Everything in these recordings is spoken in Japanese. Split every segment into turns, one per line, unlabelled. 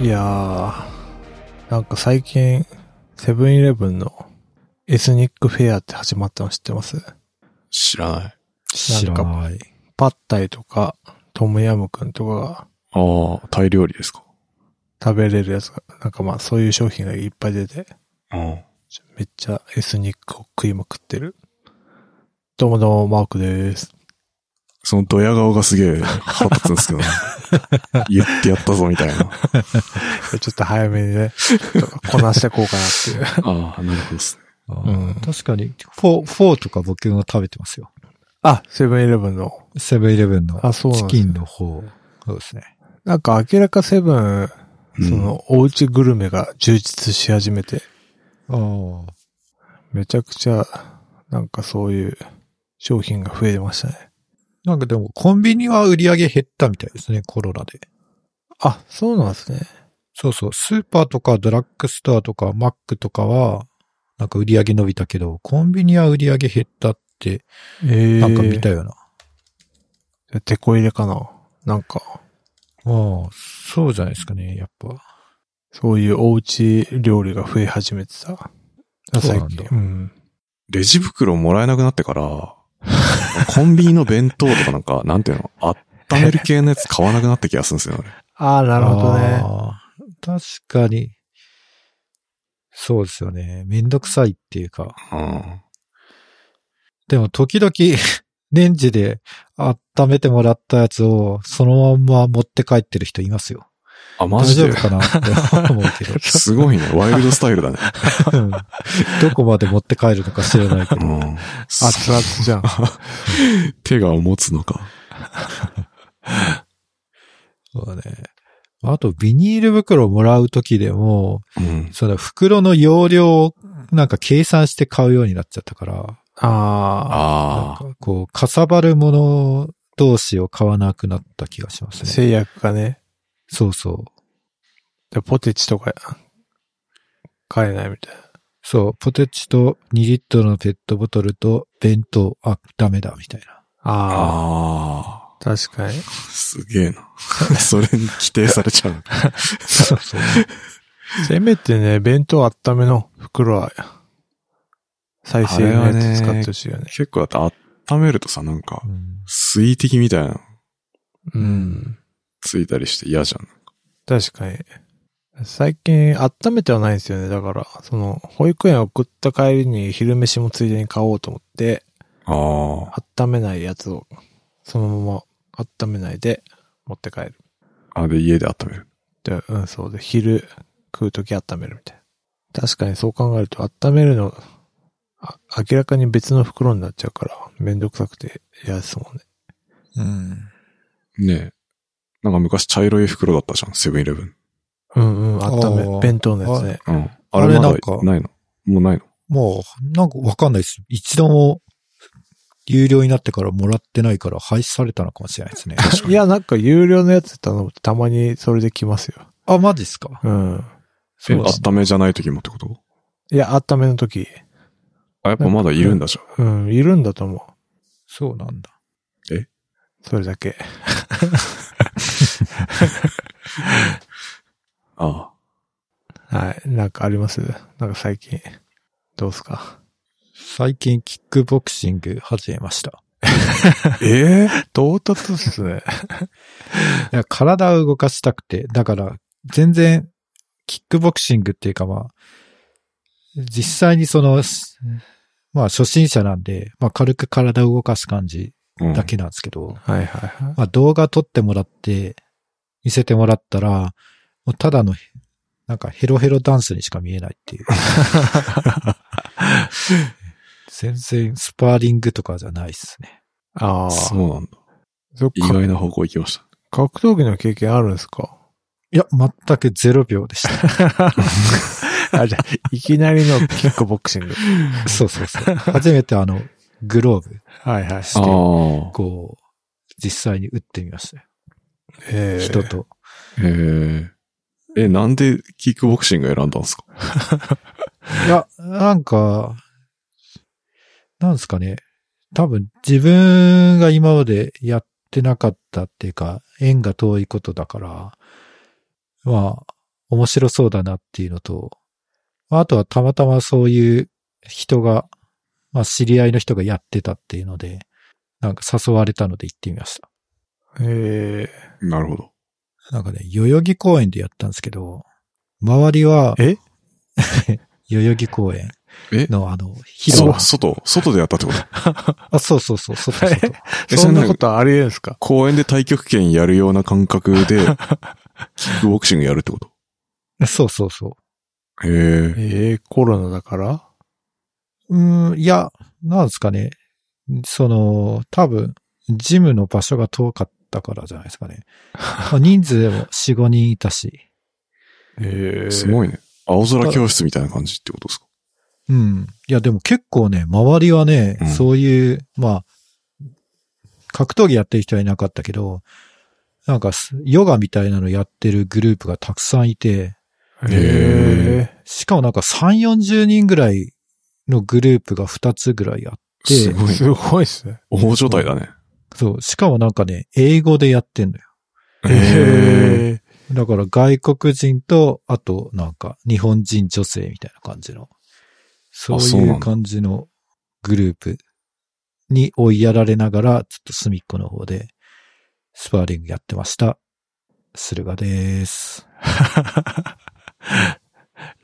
いやー、なんか最近、セブンイレブンのエスニックフェアって始まったの知ってます
知らない。
な
知
ん
ら
か
ない。
パッタイとか、トムヤムくんとかが
ああ、タイ料理ですか。
食べれるやつが、なんかまあそういう商品がいっぱい出て、
うん。
めっちゃエスニックを食いまくってる。どうもどうも、マークです。
そのドヤ顔がすげえ腹立つんです けどね。言ってやったぞみたいな。
ちょっと早めにね、ちょっとこなしてこうかなっていう。
ああ、なるほどですね。
あ
うん
ー確かに、フォー、フォーとか僕も食べてますよ。
あ、セブンイレブンの。
セブンイレブンの
あ、そうなん
チ
です
キンの方。そうですね。
なんか明らかセブン、
うん
その、おうちグルメが充実し始めて、
ああ。
めちゃくちゃ、なんかそういう商品が増えましたね。
なんかでも、コンビニは売り上げ減ったみたいですね、コロナで。
あ、そうなんですね。
そうそう。スーパーとかドラッグストアとかマックとかは、なんか売り上げ伸びたけど、コンビニは売り上げ減ったって、
ええ
なんか見たような。
てこ入れかな。なんか、
ああ、そうじゃないですかね、やっぱ。
そういうおうち料理が増え始めてた。
そうなんだ
最近うん。
レジ袋もらえなくなってから、コンビニの弁当とかなんか、 なんていうの、温める系のやつ買わなくなった気がするんですよね。
ああ、なるほどね。
ああ。確かに。そうですよね。めんどくさいっていうか。
うん。
でも時々、 レンジで温めてもらったやつを、そのまんま持って帰ってる人いますよ。
あ、マジ
大
で。
丈。夫かなって思うけ ど
すごいね。ワイルドスタイルだね。
うんどこまで持って帰るのか知らないけど。
うん。
熱々じゃ ん。
手が持つのか。
そうね。あと、ビニール袋もらうときでも、
うん。
その袋の容量をなんか計算して買うようになっちゃったから、
ああ、
なん
ああ。
かこう、かさばるもの同士を買わなくなった気がしますね。
制約がね。
そうそう。
でポテチとか、買えないみたいな。
そう、ポテチと2リットルのペットボトルと弁当、あ、ダメだ、みたいな。
ああ、
ああ。
確かに。
すげえな。 それに規定されちゃう。
そうそう。
せめてね、弁当温めの袋は、再生のやつ使ってほしいよね。
結構だって温めるとさ、なんか
う、ん
水滴みたいなの
うん。
ついたりして嫌じゃん。
確かに。最近温めてはないんですよね。だから、その、保育園送った帰りに昼飯もついでに買おうと思って、
あ
温めないやつを、そのまま温めないで持って帰る。
あ。あ、で、家で温める。
で、うん、そうで、昼食うとき温めるみたいな。確かにそう考えると、温めるの、あ明らかに別の袋になっちゃうから、めんどくさくて嫌ですもんね。
うん。
ねえ。なんか昔茶色い袋だったじゃん、セブンイレブン。
うんうん、
あ
温め、
ー
弁当のやつね。
うん。あ
あ
れ
れ
まだ
なんか
ないのもうないの
もう、なんかわかんないです。一度も、有料になってからもらってないから廃止されたのかもしれないですね。
いや、なんか有料のやつ頼むとたまにそれで来ますよ。
あ、マジっすか
うん。
そうなんだ
温めじゃない時もってこと
いや、温めの時。
あ、やっぱまだいるんだじゃん。
うん、いるんだと思う。
そうなんだ。
それだけ。
あ
はい。なんかありますなんか最近。どうっすか
最近キックボクシング始めました。
あ。ええ
唐突っすね。
いや体を動かしたくて、だから全然キックボクシングっていうかまあ、実際にその、しまあ初心者なんで、まあ軽く体を動かす感じ
うん
だけなんですけど、
はいはいはい。
まあ動画撮ってもらって、見せてもらったら、もうただの、なんかヘロヘロダンスにしか見えないっていう。全然スパーリングとかじゃないっすね。
ああ。
そうなんだ。
そっ
意
か
外な方向行きました。
格闘技の経験あるんですか
いや、全く0秒でした。
あ、じゃあいきなりのキックボクシング。
そうそうそう。 初めてあの、グローブ
はいはい。
し
ああ。
て、こう、実際に打ってみましたよ。
えー
人と。
ええ。え、なんでキックボクシング選んだんですか
いや、なんか、なんですかね。多分自分が今までやってなかったっていうか、縁が遠いことだから、まあ、面白そうだなっていうのと、まああとはたまたまそういう人が、まあ知り合いの人がやってたっていうので、なんか誘われたので行ってみました。
え
なるほど。
なんかね、代々木公園でやったんですけど、周りは、
え
代々木公園
え
のあの、広
そ
場
う、。外、外でやったってこと
あ、そうそうそう、外外。
ー、そんなことありえるんですか
公園で太極拳やるような感覚 で、キックボクシングやるってこと
そうそうそ
へえ。
ええコロナだから
う。うーん、いや、なんですかね。その、多分、ジムの場所が遠かったからじゃないですか ね。まあ人数でも4、5人いたし。
ええ
す
い。
ごいね。青空教室みたいな感じってことですか
うん。いや、でも結構ね、周りはね、
うん
そういう、まあ、格闘技やってる人はいなかったけど、なんかす、ヨガみたいなのやってるグループがたくさんいて、
え
しかもなんか3、40人ぐらいのグループが2つぐらいあって、
す
え
ごい。
すごいですね。
大所帯だね。
そう、しかもなんかね、英語でやってんのよ。
へえ。
え
だから外国人と、あとなんか日本人女性みたいな感じの、そう
そう
い
なん
う
だ
感じのグループに追いやられながら、ちょっと隅っこの方でスパーリングやってました。駿河です。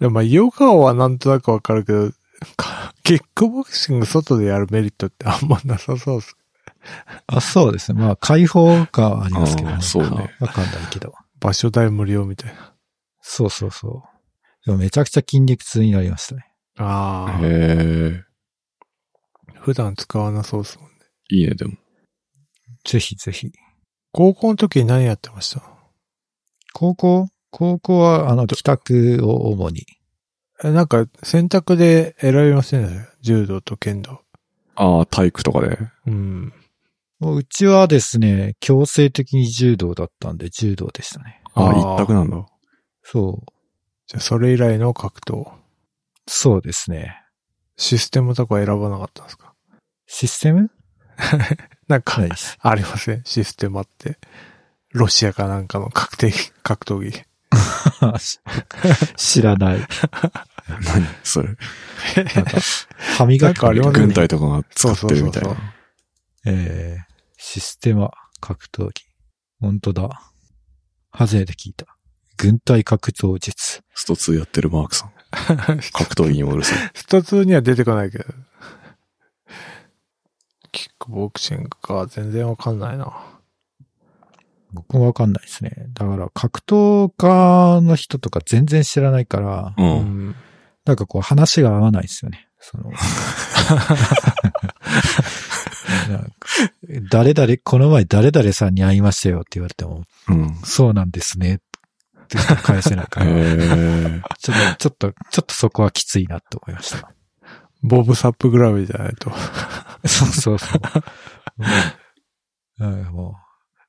でもまあ、ヨガはなんとなくわかるけど、かキックボクシング外でやるメリットってあんまなさそうです。
あ、そうですね。まあ解放感はありますけど
あ
ね
ー。そうね
わかんないけど。
場所代無料みたいな。
そうそうそう。でもめちゃくちゃ筋肉痛になりましたね。
ああ、
へ
普段使わなそうですもんね。
え。いいね、でも。
ぜひぜひ。
高校の時に何やってました
高校高校は、あの、帰宅を主に。
え、なんか、選択で選びませんでした柔道と剣道。
ああ、体育とかで。
うん。
もううちはですね、強制的に柔道だったんで、柔道でしたね。
ああ、
ああ
一択なんだ。
そう。
じゃあ、それ以来の格闘。
そうですね。
システムとか選ばなかったんですか
システム
なんか、
ないです。
ありません。システムあって。ロシアかなんかの格闘技、格闘技。
知らない。
何それ。
なんか、歯磨き
なんかありますね
軍隊とかが使ってるみたい
そうそうそうそ。
な
えー、システマ格闘技。本当だ。初めて聞いた。軍隊格闘術。
スト2やってるマークさん。格闘技にも うるさい。
スト2には出てこないけど。キックボクシングか、全然わかんないな。
僕もわかんないですね。だから、格闘家の人とか全然知らないから、
う。
うんん。
なんかこう話が合わないですよね。その。なんか 誰々、この前誰々さんに会いましたよって言われても、
うん。
そうなんですね。ってしか返せないか
へ
ら、
え。
ちょっと、ちょっと、ちょっとそこはきついなと思いました。
ボブサップグラビーじゃないと。
そうそうそう。うん、うんもう。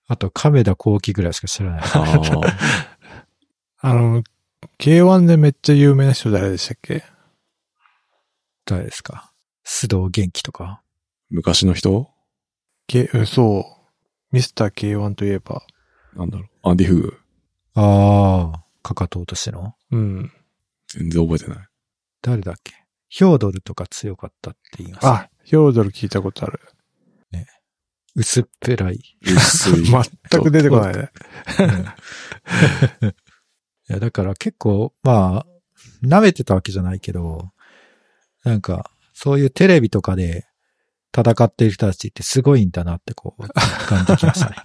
あと、亀田光輝ぐらいしか知らない。
ああ。
あの、K1 でめっちゃ有名な人誰でしたっけ
誰ですか須藤元気とか。
昔の人
K、うんそう。ミスター K1 といえば。
なんだろう。アンディ・フグ。
ああ、かかと落としの。
うん。
全然覚えて ない。
誰だっけヒョードルとか強かったって言います、ね。
あ、ヒョードル聞いたことある。
薄っぺらい。
薄い。
全く出てこないね。
いや、だから結構、まあ、舐めてたわけじゃないけど、なんか、そういうテレビとかで戦っている人たちってすごいんだなってこう、感じてき ましたね。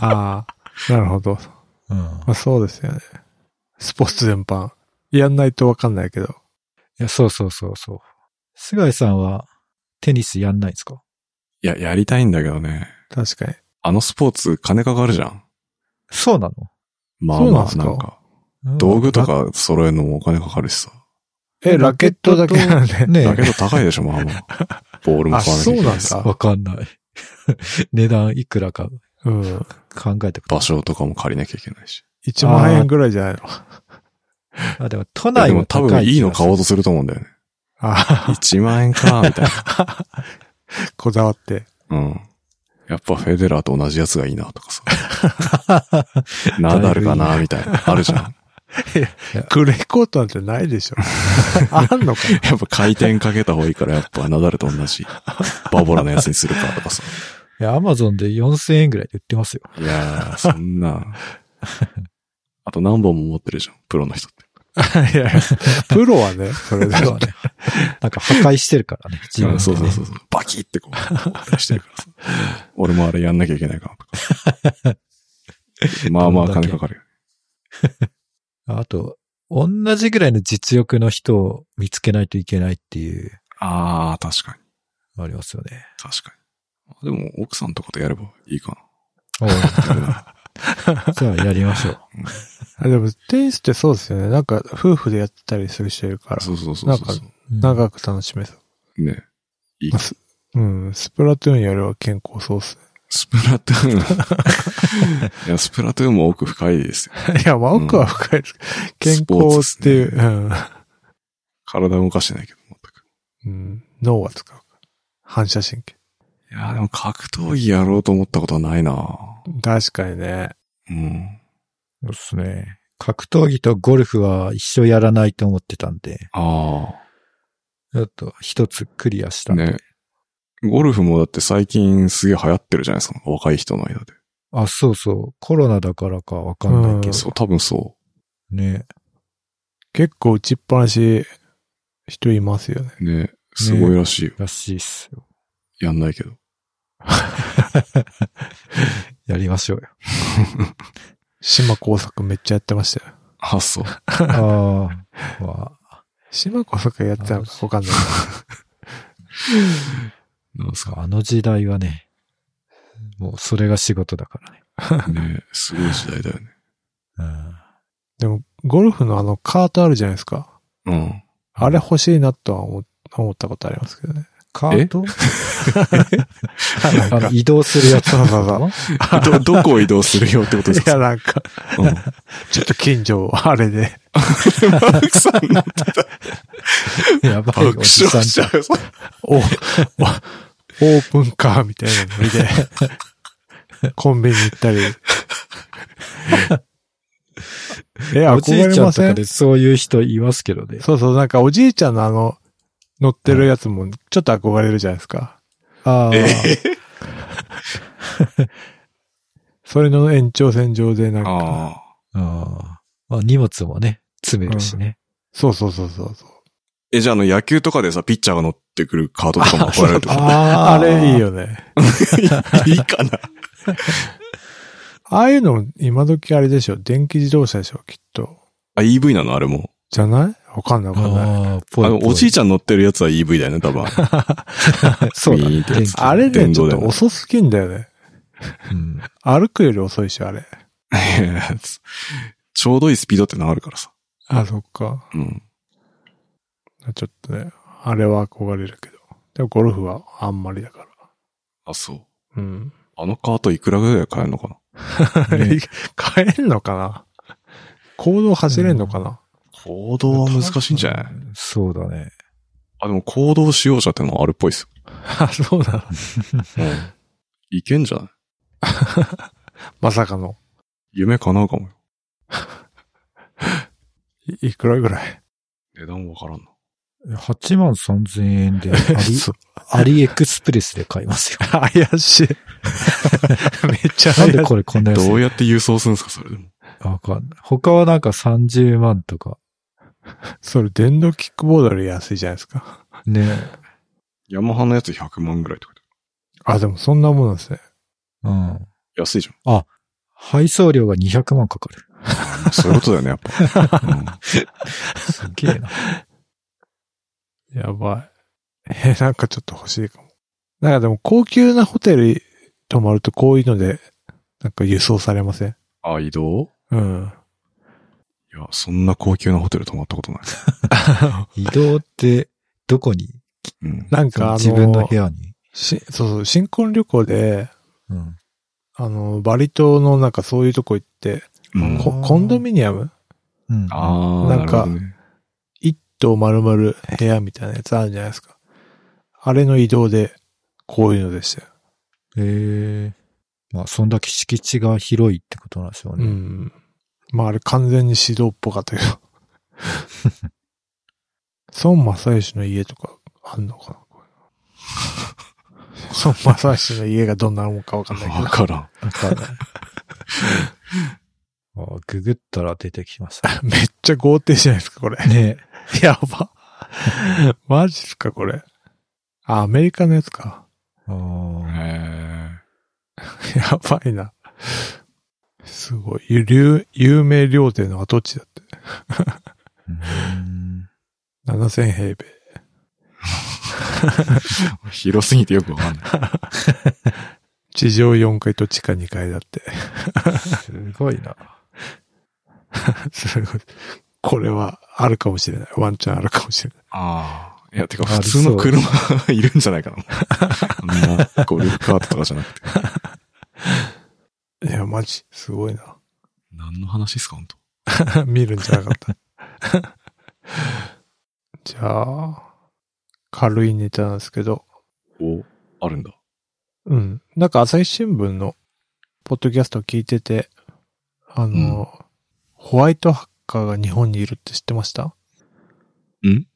ああ、なるほど。
うん。
まあ、そうですよね。スポーツ全般。やんないとわかんないけど。
いや、そうそうそうそう。菅井さんはテニスやんないんですか
いや、やりたいんだけどね。
確かに。
あのスポーツ金かかるじゃん。
そうな
まあ
そう
ま
なん
あ、
すか
なんか、
の
道具と。か揃えるのもお金かかるしさ。
え、ラケットだけなんで。
ね
だけど高いでしょ、まあまあ。ボールも
あ、
買わなき
そ
ゃいうけ
な
なんいし。
だ。
わかんない。 値段いくらか
うん。
考えてく
場所とかも借りなきゃいけないし。
1万円ぐらいじゃないの。
あ、でも都
いや
内
で
は
も多
高い
分いい
気
の
がする
買おうとすると思うんだよね。
あ
1万円か、みたいな。
こだわって。
うん。やっぱフェデラーと同じやつがいいなとかさ。ナダルかなみたいな。あるじゃん。
クレーコートなんてないでし ょ。あんのかな
やっぱ回転かけた方がいいから、やっぱナダルと同じ。バボラのやつにするかとかさ。
いや、アマゾンで4000円ぐらいで売っ てますよ。
いやー、そん な。あと何本も持ってるじゃん。プロの人って。
いやいや プロはね、それで
だからね、 なんか破壊してるからね、自分で、ね。
そうそうそうそう。バキってこう、出してる からさ。俺もあれやんなきゃいけないかなとか。まあまあ金かかるよ。
あと、同じぐらいの実力の人を見つけないといけないっていう、
ああ、確かに。
ありますよね。
確かに。でも、奥さんとかとやればいいか
おう じゃあやりましょう。
あでも、テニスってそうですよね。なんか、夫婦でやってたりする人いるか
な。
ら、
そうそうそうそうそう。
うん
長く楽しめそう。
ね。いい
まあすうん、スプラトゥーンよりは健康そうっす
スプラトゥー ン。いや、スプラトゥーンも奥深いですよ。
ね。いや、まあ、奥は深いです。
ス
健
ポー
康
ツ
ってい
で
う、
すね体動かしてないけど、全く。
うん、うん。脳は使う。反射神経。
いや、でも格闘技やろうと思ったことはないな
確かにね。
うん。
そうですね。格闘技とゴルフは一生やらないと思ってたんで、
あ
ちょっと一つクリアし
あ。
た。
ね。ゴルフもだって最近すげえ流行ってるじゃないですか。若い人の間で。
あ、そうそう。コロナだからかわかんないけ
うん
そう、多分そ
どね。
結構打ちっぱなし、人いますよね。
う。ね。すごいらしいよ。
らしいっすよ。
やんないけど。
やりましょうよ。
島工作めっちゃやってましたよ。
あ、そう。
ああ。 ま
島工作やってたのかわかんないけど。
なんですか。
あ、あの時代はね、もうそれが仕事だからね。
ね。すごい時代だよね。
うん。
でも、ゴルフのあのカートあるじゃないですか。
うん。
あれ欲しいなとは思思ったことありますけどね。
カート
な
あ
んか
の、移動するやつ。
そうそうそう。
ど、どこを移動するよってこと で
い
す
や、
か
なんか、
うん。
ちょっと近所をあれで。
マークさんの
やばい、お
爆
じさん
笑し
じ
ち
ゃ
ゃ
ん。
う。そ
お、おオープンカーみたいなの見て、コンビニ行った り。え、
おじ
憧
い
れ
ちゃ
ま
んと
せ
か
ん
でそういう人いますけどね。
そうそう、なんかおじいちゃんのあの、乗ってるやつもちょっと憧れるじゃないですか。
ああ、
それの延長線上でなんか、
ああ。
ああ。まあ、荷物もね、詰めるしね。
そうそうそうそうそう。
え、じゃあ、あの、野球とかでさ、ピッチャーが乗ってくるカードとかも憧れるってこ
あ
あれいい。よね。
といいかな
ああいうのも今時あれでしょ。電気自動車でしょ、きっと。
あ、EV なのあれも。
じゃないわかんないわかんない。
ああ、
あ
ぽいぽ
の、おじいち
ゃ
ゃん乗ってるやつは EV だよね、多分。
そうだね
ビーンってやつ
電気
あれね、
電
ちょ
動
っ
だ
と
よね
遅すぎんだよね。
ん。うん
歩くより遅いし、あれ。
いやちょうどいいスピードってのあるからさ。
あ、そっか。
うん。
ちょっとね、あれは憧れるけど。でもゴルフはあんまりだから。
あ、そ
う
う。
ん。
あのカートいくらぐらいで買えるのかな
変えんのかな行動走れんのかな、
行動は難しいんじゃない
そうだね。
あ、でも行動使用者ってのもあるっぽいです
あ、そうなの。
よ。うん。いけんじゃない
まさかの。
夢叶うかもよ。
いいくらぐらい。
値段わからんな。
8万3000円 でアリ、
そう
アリエクスプレスで買い ますよ。
怪しい。 めっちゃ
な
怪し
んで
い。
これこんなやつ
どうやって郵送するんですか、それでも。
わかんない。他はなんか30万とか。
それ電動キックボードより安いじゃないですか。
ね。
ヤマハのやつ100万ぐらいとか。
あ、でもそんなもんなんですね。
うん。
安いじゃん。
配送料が200万かかる。
そういうことだよね、やっぱ。 うん
すげえな。
やばい。えー、なんかちょっと欲しいかも。なんかでも高級なホテル泊まるとこういうので、なんか輸送されません
あ、移動
うん。
いや、そんな高級なホテル泊まったことない。
移動って、どこに
うん。
なんかあの、
自分の部屋に。
しそうそう、新婚旅行で、
うん。
あの、バリ島のなんかそういうとこ行って、
うん
こ
あー
コンドミニアム
うん。
ああ、
なんか
なるほどね
一棟丸々部屋みたいなやつあるじゃないですか。あれの移動で、こういうのでしたよ。
ええまあ、そんだけ敷地が広いってことなんでしょう
う
ね。
ん。まああれ完全に指導っぽかったけ ど。孫正義の家とかあんの かなこういうの孫正義の家がどんなもんかわかんないけ
わ
ど。
からん。
わかんないあググったら出てきま したね。
めっちゃ豪邸じゃないですか、 これ。
ね
やば。マジっすか、これ。あ、アメリカのやつか。
あー
へ
やばいな。すごい。ゆ有有名料亭の跡地だって。
うん
7000平米。
え広すぎてよくわかんない。
地上4階と地下2階だって。
すごいな。
すごい。これはあるかもしれない。ワンチャンあるかもしれない。
ああ。いや、てか
あ
普
り
通
そう
の車 いるんじゃないかな。あんなゴルフカートとかじゃなくて。
いや、マジ、すごいな。
何の話ですか、本当
見るんじゃなかった。 じゃあ、軽いネタなんですけど、
お、あるんだ。
うん。なんか朝日新聞のポッドキャストを聞いてて、あの、ホワイトハッカーが日本にいるって知ってました
ん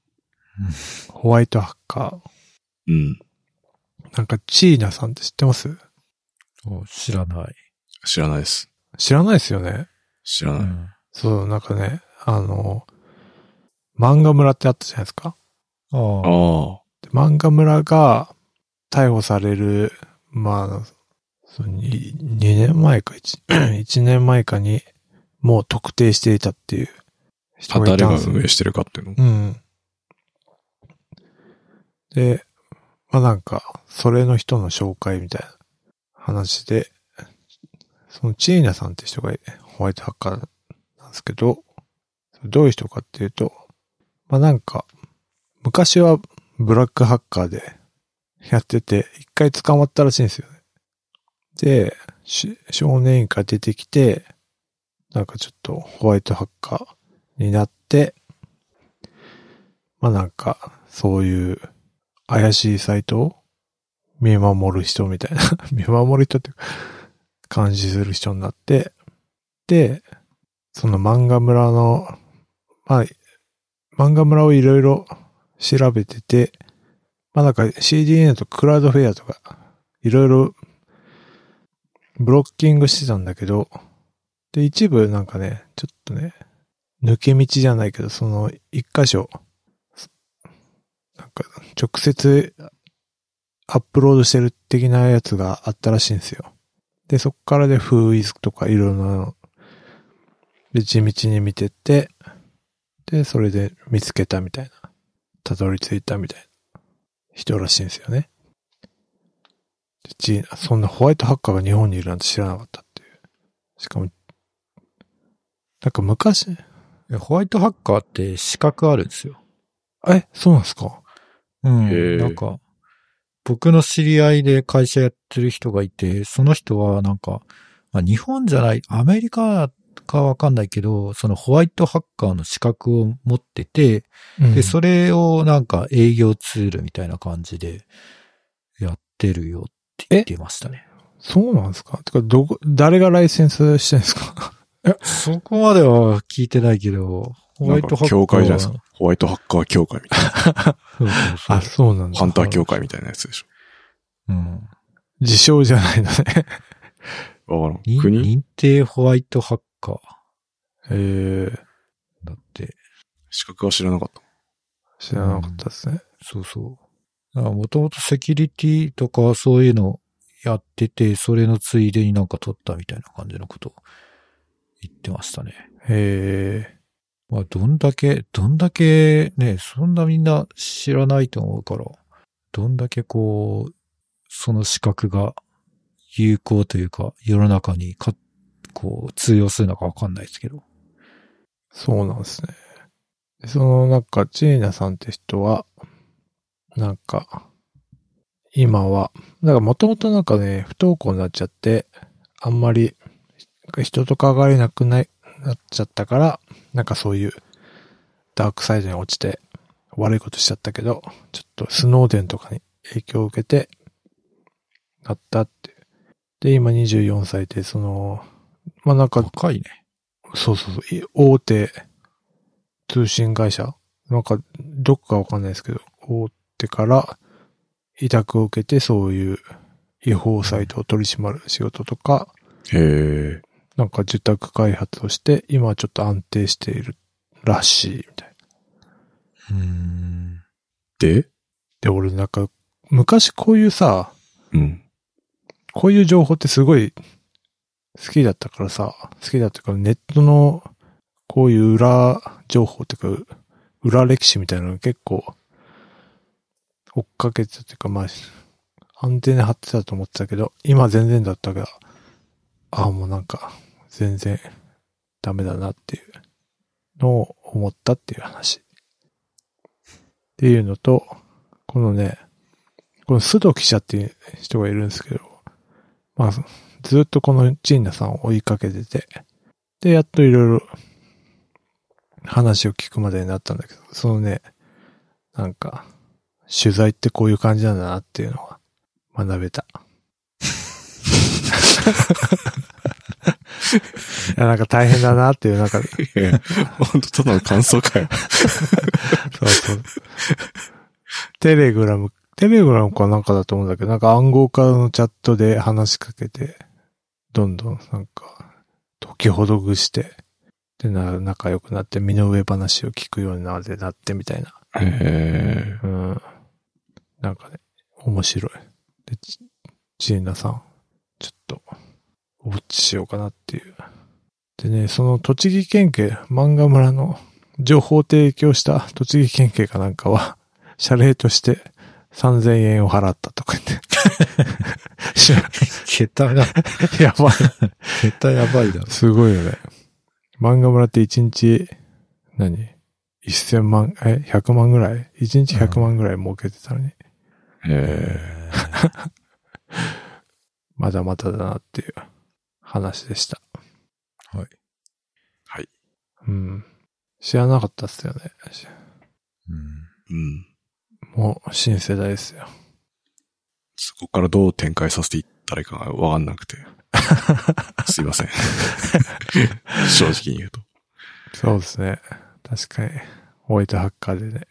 ホワイトハッカ
うん。
ー。なんかチーナさんって知ってます
お知らない。
知らないです。
知らないですよね。
知ら
う
ない。
ん
そう、なんかね、あの、漫画村ってあったじゃないですか。
ああ。
ああ。
で漫画村が逮捕される、まあ、その 2, 年前か1、1年 前かに、もう特定していたっていう人がい
誰
たん
が
ですよ
運営してるかっていうの。
うん。で、まあなんか、それの人の紹介みたいな話で、そのチーナさんって人がホワイトハッカーなんですけど、どういう人かっていうと、まあなんか、昔はブラックハッカーでやってて、一回捕まったらしいんですよね。で、し少年院から出てきて、なんかちょっとホワイトハッカーになって、まあなんか、そういう怪しいサイトを見守る人みたいな、 見守る人っていうか、監視する人になって、で、その漫画村の、まあ、漫画村をいろいろ調べてて、まあなんか CDN とクラウドフェアとか、いろいろブロッキングしてたんだけど、で、一部なんかね、ちょっとね、抜け道じゃないけど、その一箇所、なんか、直接アップロードしてる的なやつがあったらしいんですよ。で、そっからで FooIs とかいろんなの、で、地道に見てって、で、それで見つけたみたいな、たどり着いたみたいな人らしいんですよね。でチーナそんなホワイトハッカーが日本にいるなんて知らなかったっていう。しかも、なんか昔、
えホワイトハッカーって資格あるんですよ。
え、そうなんですか
う
へ
ん。
ー
なんか、僕の知り合いで会社やってる人がいて、その人はなんか、まあ、日本じゃない、アメリカかわかんないけど、そのホワイトハッカーの資格を持ってて、で、それをなんか営業ツールみたいな感じでやってるよって言ってましたね。
そうなんですかてか、どこ、誰がライセンスしてんですか
そこまでは聞いてないけど、ホワイトハッカーは。
協会じゃないですか。ホワイトハッカー協会みたいな。
そうそうそう
あ、そうなんだ。
ハンター協会みたいなやつでし
うん。
自称じゃないのね。
ょ。わからん。
に
国
認定ホワイトハッカー
ええ
だって。
資格は知らなかった。
知らなかったですね。
そうそう。もともとセキュリティとかそういうのやってて、それのついでになんか取ったみたいな感じのことを言ってましたね。
ええ
まあ、どんだけ、どんだけね、そんなみんな知らないと思うから、どんだけこう、その資格が有効というか、世の中にか、こう、通用するのかわかんないですけど。
そうなんですね。でその、なんか、チーナさんって人は、なんか、今は、なんかもともとなんかね、不登校になっちゃって、あんまり人と関われなくない、なっちゃったから、なんかそういうダークサイドに落ちて悪いことしちゃったけど、ちょっとスノーデンとかに影響を受けて、なったっていうで、今24歳で、その、まあ、なんか、
若いね。
そうそうそうい、大手通信会社なんか、どこかわかんないですけど、大手から委託を受けて、そういう違法サイトを取り締まる仕事とか、
へえ。
なんか受託開発をして、今はちょっと安定しているらしい、みたいな。
うん。
で
で、俺なんか、昔こういうさ、
うん。
こういう情報ってすごい好きだったからさ、好きだったからネットのこういう裏情報っていうか、裏歴史みたいなの結構追っかけてたっていうか、まあ、アンテナ張ってたと思ってたけど、今全然だったが、ああ、もうなんか全然ダメだなっていうのを思ったっていう話。っていうのと、このね、この須藤記者っていう人がいるんですけど、まあ、ずっとこのジーナさんを追いかけてて、で、やっといろいろ話を聞くまでになったんだけど、そのね、なんか、取材ってこういう感じなんだなっていうのは学べた。 いやなんか大変だなっていう、なんか、
ほんとただの感想かよ。
そうそう。テレグラム、テレグラムかなんかだと思うんだけど、なんか暗号化のチャットで話しかけて、どんどんなんか、解きほどぐして、でな、仲良くなって、身の上話を聞くようになってなってみたいな。
へえ。
うん。なんかね、面白い。で、ちジーナさん、ちょっと、ウォッチしようかなっていう。でね、その栃木県警、漫画村の情報提供した栃木県警かなんかは、 謝礼として3000円を払ったとか言って。し
桁が、
やばい。
桁やばいだろ。
すごいよね。漫画村って1日、何 ?1000 万、え、100万ぐらい ?1 日100万ぐらい儲けてたのに。
へえ。
まだまだだなっていう話でした。
はい。
はい。
うん。知らなかったっすよね。
うん。
うん。
もう新世代ですよ。
そこからどう展開させていったらいいかがわかん なくて。すいません。正直に言うと。
そうですね。確かに。ホワイトハッカーでね。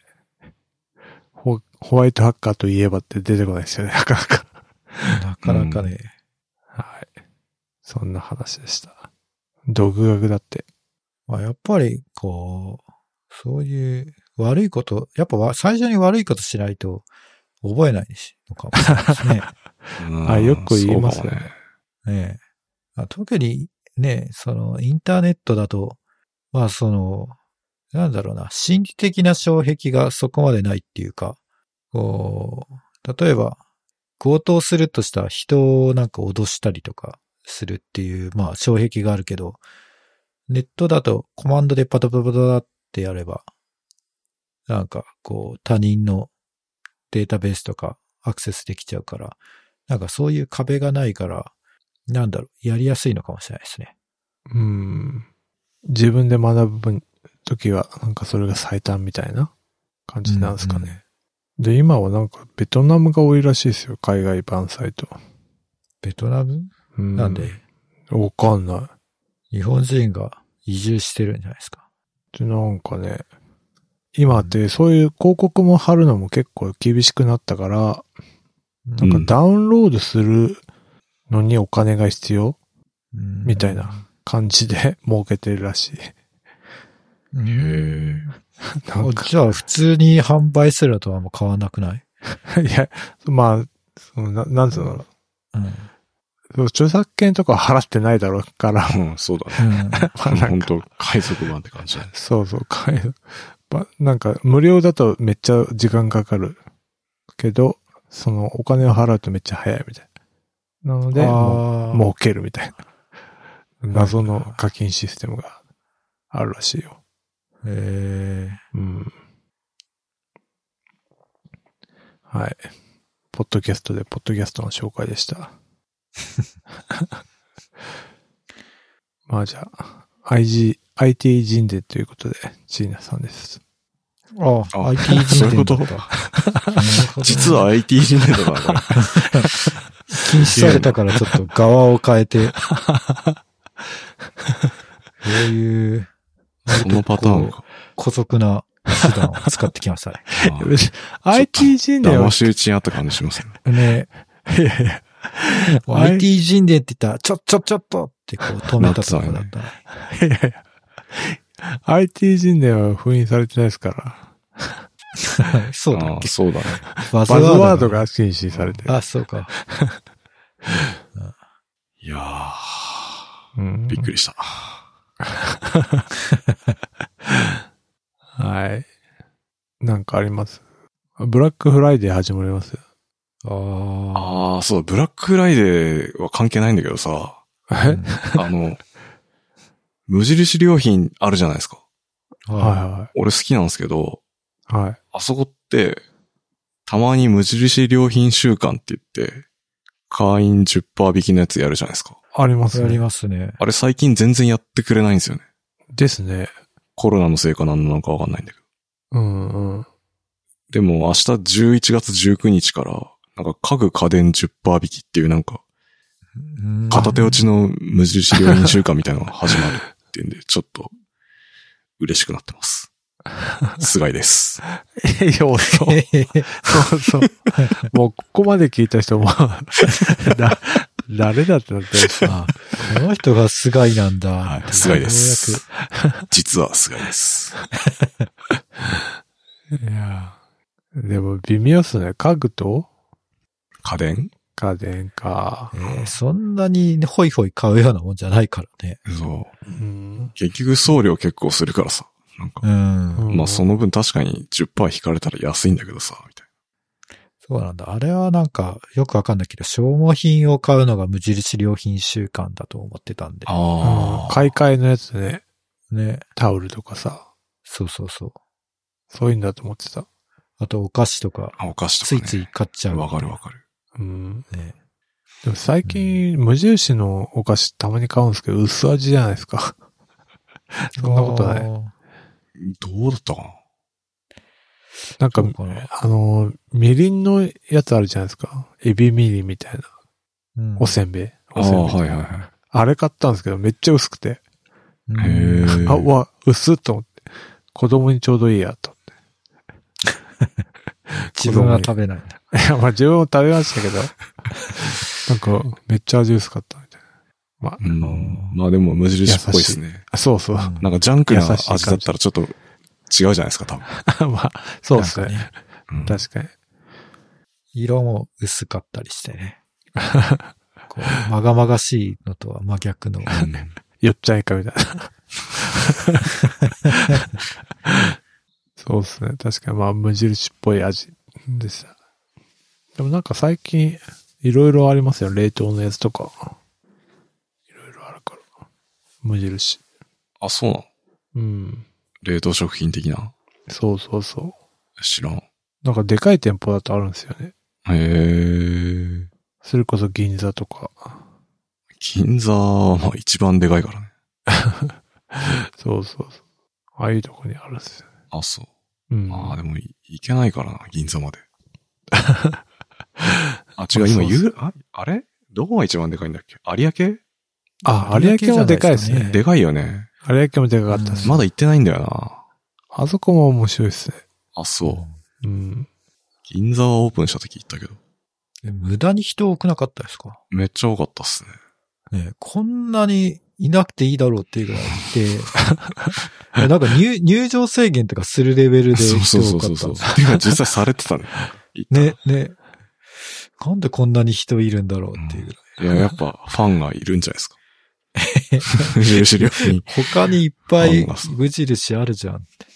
ホホワイトハッカーといえばって出てこないですよね。な かなか。
なかなかね、
はい。そんな話でした。独学だって。
まあ、やっぱり、こう、そういう悪いこと、やっぱわ最初に悪いことしないと覚えないし、のかもしれないですね。
うん
あよく言いますよね
そうかもね
ねえあ特にね、そのインターネットだと、まあその、なんだろうな、心理的な障壁がそこまでないっていうか、こう、例えば、強盗するとしたら人をなんか脅したりとかするっていう、まあ障壁があるけど、ネットだとコマンドでパタパタパタってやれば、なんかこう他人のデータベースとかアクセスできちゃうから、なんかそういう壁がないから、なんだろう、やりやすいのかもしれないですね。
うん。自分で学ぶ時は、なんかそれが最短みたいな感じなんですかね。
うんうん
で、今はなんかベトナムが多いらしいですよ。海外版サイト。
ベトナム
う
なんで、
わかんな
日本人が移住してるんじゃないですか。
い。で、なんかね、今ってそういう広告も貼るのも結構厳しくなったから、な
な
んか
う
ダウンロードするのにお金が必要みたいな。感じで儲けてるらしい。
う
へ
ん
え。
なんか、
じゃあ、普通に販売するのとはもう変わんなくない、
いや、まあ、そのななんつうの、
うん
そう著作権とかは払ってないだろう から、
うん、そうだね。
まあな
本
んか、
当海賊版って感じだね。
そうそう、かえばなんか、無料だとめっちゃ時間かかるけど、そのお金を払うとめっちゃ早いみたいな。なので、もう
あ
儲けるみたいな。謎
はい
の
はいはい
課金システムがあるらしいよ。
う。へえ
うん。はい。ポッドキャストで、ポッドキャストの紹介でした。まあじゃあ、IG、IT 人でということで、ジーナさんです。
ああ、
あ
IT 人
そういうこと
だった。なるほど
実は IT 人類だから、これ
禁止 されたからちょっと側を変えて、こういう
そのパターンか。
古速な手段を使ってきましたね。
あー
IT 人では
騙し討ちにあった感じしますね。
ね、
いやいや
IT 人伝って言ったら、ちょ、ちょ、ちょっとってこう止めたところだった。
いやいや IT 人では封印されてないですから。
そうだっ
あー
け
そうだね。
バズ
バズワー
ワー
ド
ドが。
が禁止されてる。
あ、そうか。
いやー、
うん
びっくりした。
はい。なんかありますブラックフライデー始まりますよ。
あ
ああ、そう、ブラックフライデーは関係ないんだけどさ、
あ。うん
あの、無印良品あるじゃないですか。
は
は
俺好きなんですけど、
いはい。はい。
あそこって、たまに無印良品週間って言って、会員10%引きのやつやるじゃないですか。
ありま
い。
す
やり
ね。
ますね。
あれ最近全然やってくれないんですよね。
ですね。
コロナのせいか何なのかわかんないんだけど。
うんうん。
でも明日11月19日から、なんか家具家電10%引きっていうなんか、
うん
片手落ちの無印良品週間みたいなのが始まるっていうんで、ちょっと、嬉しくなってます。菅井です。
え、よ、 そう。そうそう。もう、ここまで聞いた人も、 だ、誰だってなってるし
あ、この人が菅井なんだ。
はい、菅井です。実は菅井です。
いやーでも、微妙っすね。家具と
家電
家電か。
ようやくえーそんなにホイホイ買うようなもんじゃないからね。
そ
う
う。
ん。
結局送料結構するからさ。なんか
う、ん。
まあそ
の、
の分確かに10%引かれたら安いんだけどさ、みたい
そうなんだ。あれはなんか、よくわかんないけど、消耗品を買うのが無印良品週間だと思ってたんで
な。。
うん
あ。
買い替えのやつね。
ね。
タオルとかさ。
そうそうそう。
そういうんだと思ってた。
あと、お菓子とか、
あ、お菓子とか、
つ
ね。
いつい買っちゃう。
わかるわかる。
うん。
ね。
でも最近、無印のお菓子たまに買うんですけど、薄味じゃないですか。そんなことない。
い。
どうだったかな
なんか
そう、かな
あの、みりんのやつあるじゃないですか。エビみりんみたいな。
うん
おせんべい。
あ
おせんべい。
ーはいはいは
あれ買ったんですけど、めっちゃ薄くて。
うん
い。へ ー
あ、うわ、薄っと思って。子供にちょうどいいや、と。
自分は食べないんだ。
い や、まあ自分も食べましたけど。なんか、めっちゃ味薄かったみたいな。
うんまあでも無印っぽいですね。
あそうそう。
うん
なんかジャンクな
優しい感じ
味だったらちょっと違うじゃないですか、多分。
まあ、そうですね。
なんか
うん
確かに。
色も薄かったりして ね。こう、まがまがしいのとは真逆の。
うん
よっちゃいかみたい な。そうですね。確かに、まあ、無印っぽい味でした。でもなんか最近、いろいろありますよ。冷凍のやつとか。いろいろあるから。無印。
あ、そうなの
うん。
冷凍食品的な
そうそうそう。
知らん。へ
なんかでかい店舗だとあるんですよね。
え。
それこそ銀座とか。
銀座はまあ一番でかいからね。
そうそうそう。ああいうとこにあるんですよね。
あ、そう。
うん。
ああ、でもい、行けないからな、銀座まで。あ、違
ま
う、
あ
今、
そうそう
ゆう、あ、あれどこが一番でかいんだっけ有明
あ、有明もでかいですね。
でかいよね。
有明もでかかったです。
うん
まだ行ってないんだよな。
あそこも面白いですね。
あ、そう。
うん。
銀座はオープンした時行ったけど、
え無駄に人多くなかったですか
めっちゃ多かったっすね。
ねこんなにいなくていいだろうっていうぐらいいて、 いやなんか入入場制限とかするレベルで
そう
人
そうそ
多
う
か
そ
っ
う
た
そ
ん
う。
です
ていうか実際されてたね。行ったら
ね、ね。なんでこんなに人いるんだろうっていうぐらい。
いや、やっぱファンがいるんじゃないですか。無印良品。
他にいっぱい
あそう
無印あるじゃんって。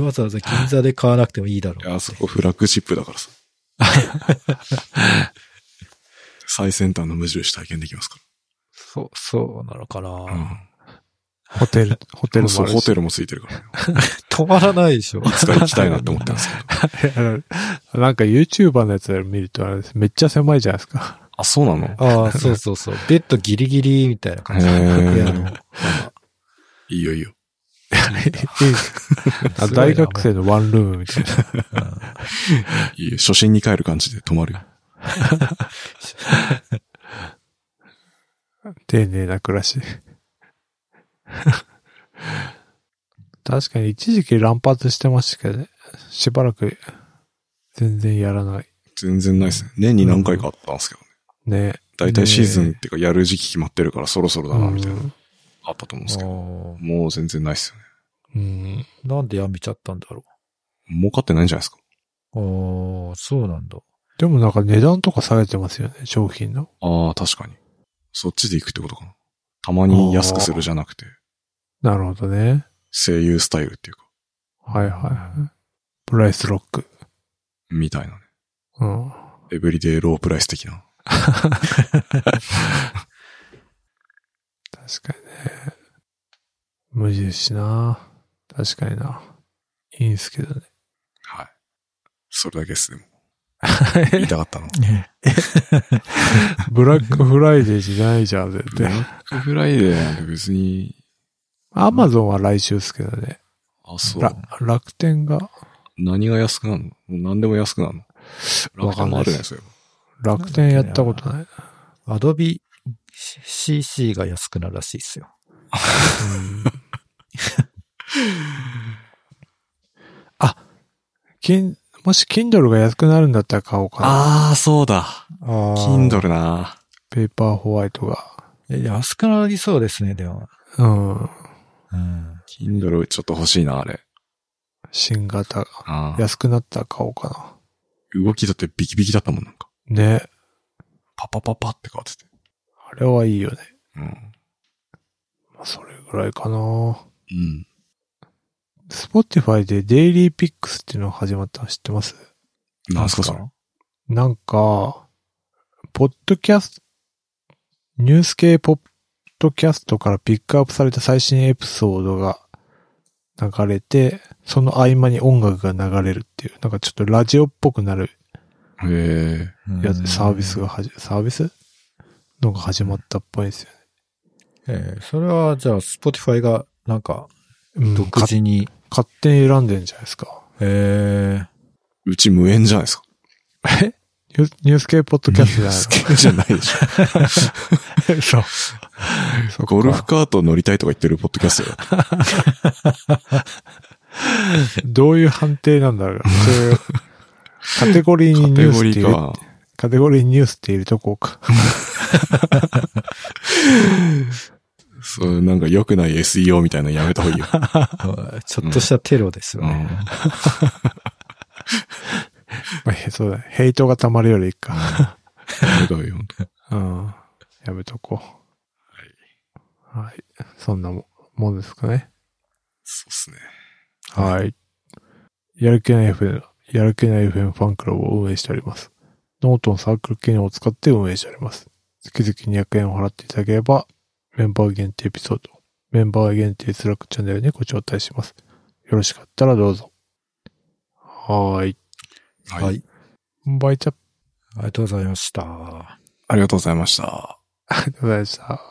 わざわざ銀座で買わなくてもいいだろ。
いうや、あそこフラッグシップだからさ。最先端の無印体験できますか
そう、そうなのかな、
ら。うん。
ホテ ル、ホテルも
そ
あ
う、
る
ホ
し。
テルもついてるからね。
止まらないでしょ。
いつか行きたいなって思ってますけど。
なんか YouTuber のやつ見るとあれです。めっちゃ狭いじゃないですか。
あ、そうなの
ああ、そうそうそう。ベッドギリギリみたいな感じ。
へ
部
ー
屋の。
いいよい いよ。
あ
すごいな
大学生のワンルームみたいな。
いいよ初心に帰る感じで泊まるよ。
丁寧な暮らし。 確かに一時期乱発してましたけどね。しばらく全然やらない。
全然ないですね。年に何回かあったんですけどね。
ね。
だいたいシーズンっていうかやる時期決まってるからそろそろだな、みたいな
う。ん
あったと思うんですけど。
あ
もう全然ないっすよね。
うん。
あなんでやめちゃったんだろ
儲かってないんじゃないですか。
う。ああ、そうなんだ。
でもなんか値段とか下げてますよね、商品の。
ああ、確かに。そっちで行くってことかな。たまに安くするじゃなくて、
なるほどね。
声優スタイルっていうか、
はいはいはい。プライスロック。
みたいなね。
うん。
エブリデイロープライス的な。
確かにね。無印な。確かにな。いいんすけどね。
はい。それだけです、で も。言いたかったの。
ブラ ックフライデーじゃないじゃん、絶
ブラ
対。
ックフライデーなんて別に、
アマゾンは来週っすけどね。
あ、そう。
ら楽天が、
何が安くなるのもう何でも安くなるの
わ
楽
か
天
ん
も
ないっす
あるね、そういえば。
楽天やったことない。
アドビ CC が安くなるらしいっすよ。
金、もし Kindle が安くなるんだったら買おうかな。
ああ、そうだ。
あ
Kindle な。
ペーパーホワイトが。
安くなりそうですね、でも。
うん。
うん。
Kindle ちょっと欲しいな、あれ。
新型が。
ああ。
安くなったら買おうか
動きだってビキビキだったもん、なんか。
な。ね。
パパパパって変わってて。
あれはいいよね。
うん。
まあそれぐらいかな。
うん。
Spotify でデイリーピックスっていうのが始まったの知ってます
なんすか、それ。
なんか、ポッドキャスト、ニュース系ポッドキャストからピックアップされた最新エピソードが流れて、その合間に音楽が流れるっていう、なんかちょっとラジオっぽくなる
へえ。
やつ、サービスが。はじ、サービスのが始まったっぽいんですよね。
ええ、それはじゃあ、Spotify がなんか、
うん、
独
か
自に。
勝手に選んでんじゃないですか。
え
うち無縁じゃないですか。
えニューニュース系ポッドキャストじゃ ないの
スケールじゃないで し
そう。
ょ。ゴルフカート乗りたいとか言ってるポッドキャストよ。
どういう判定なんだろうなそういうカテゴリーに
カ
ニ
テ
ュー
ゴ
スっ
リ
て
ー
入れ
か。
カテゴリーにニュースって入れとこうか。
そう、なんか良くない SEO みたいなのやめた方 がいいよ。
え、ちょっとしたテロですよ
う
ね。
ん
まあへそうだね。ヘイトが溜まるよりいいか。
やめた方がいいよ、本当
うん。やめとこう。はい。はい。そんなももんですかね。
そうっすね。
はい。やる気ない FM、やる気ない FM ファンクラブを運営しております。ノートのサークル機能を使って運営しております。月々200円を払っていただければ、メンバー限定エピソード、メンバー限定スラックチャンネルにご招待します。よろしかったらどうぞ。はーい。
はい。
はい
バイチャップ
ありがとうございました。
ありがとうございました。
でございました。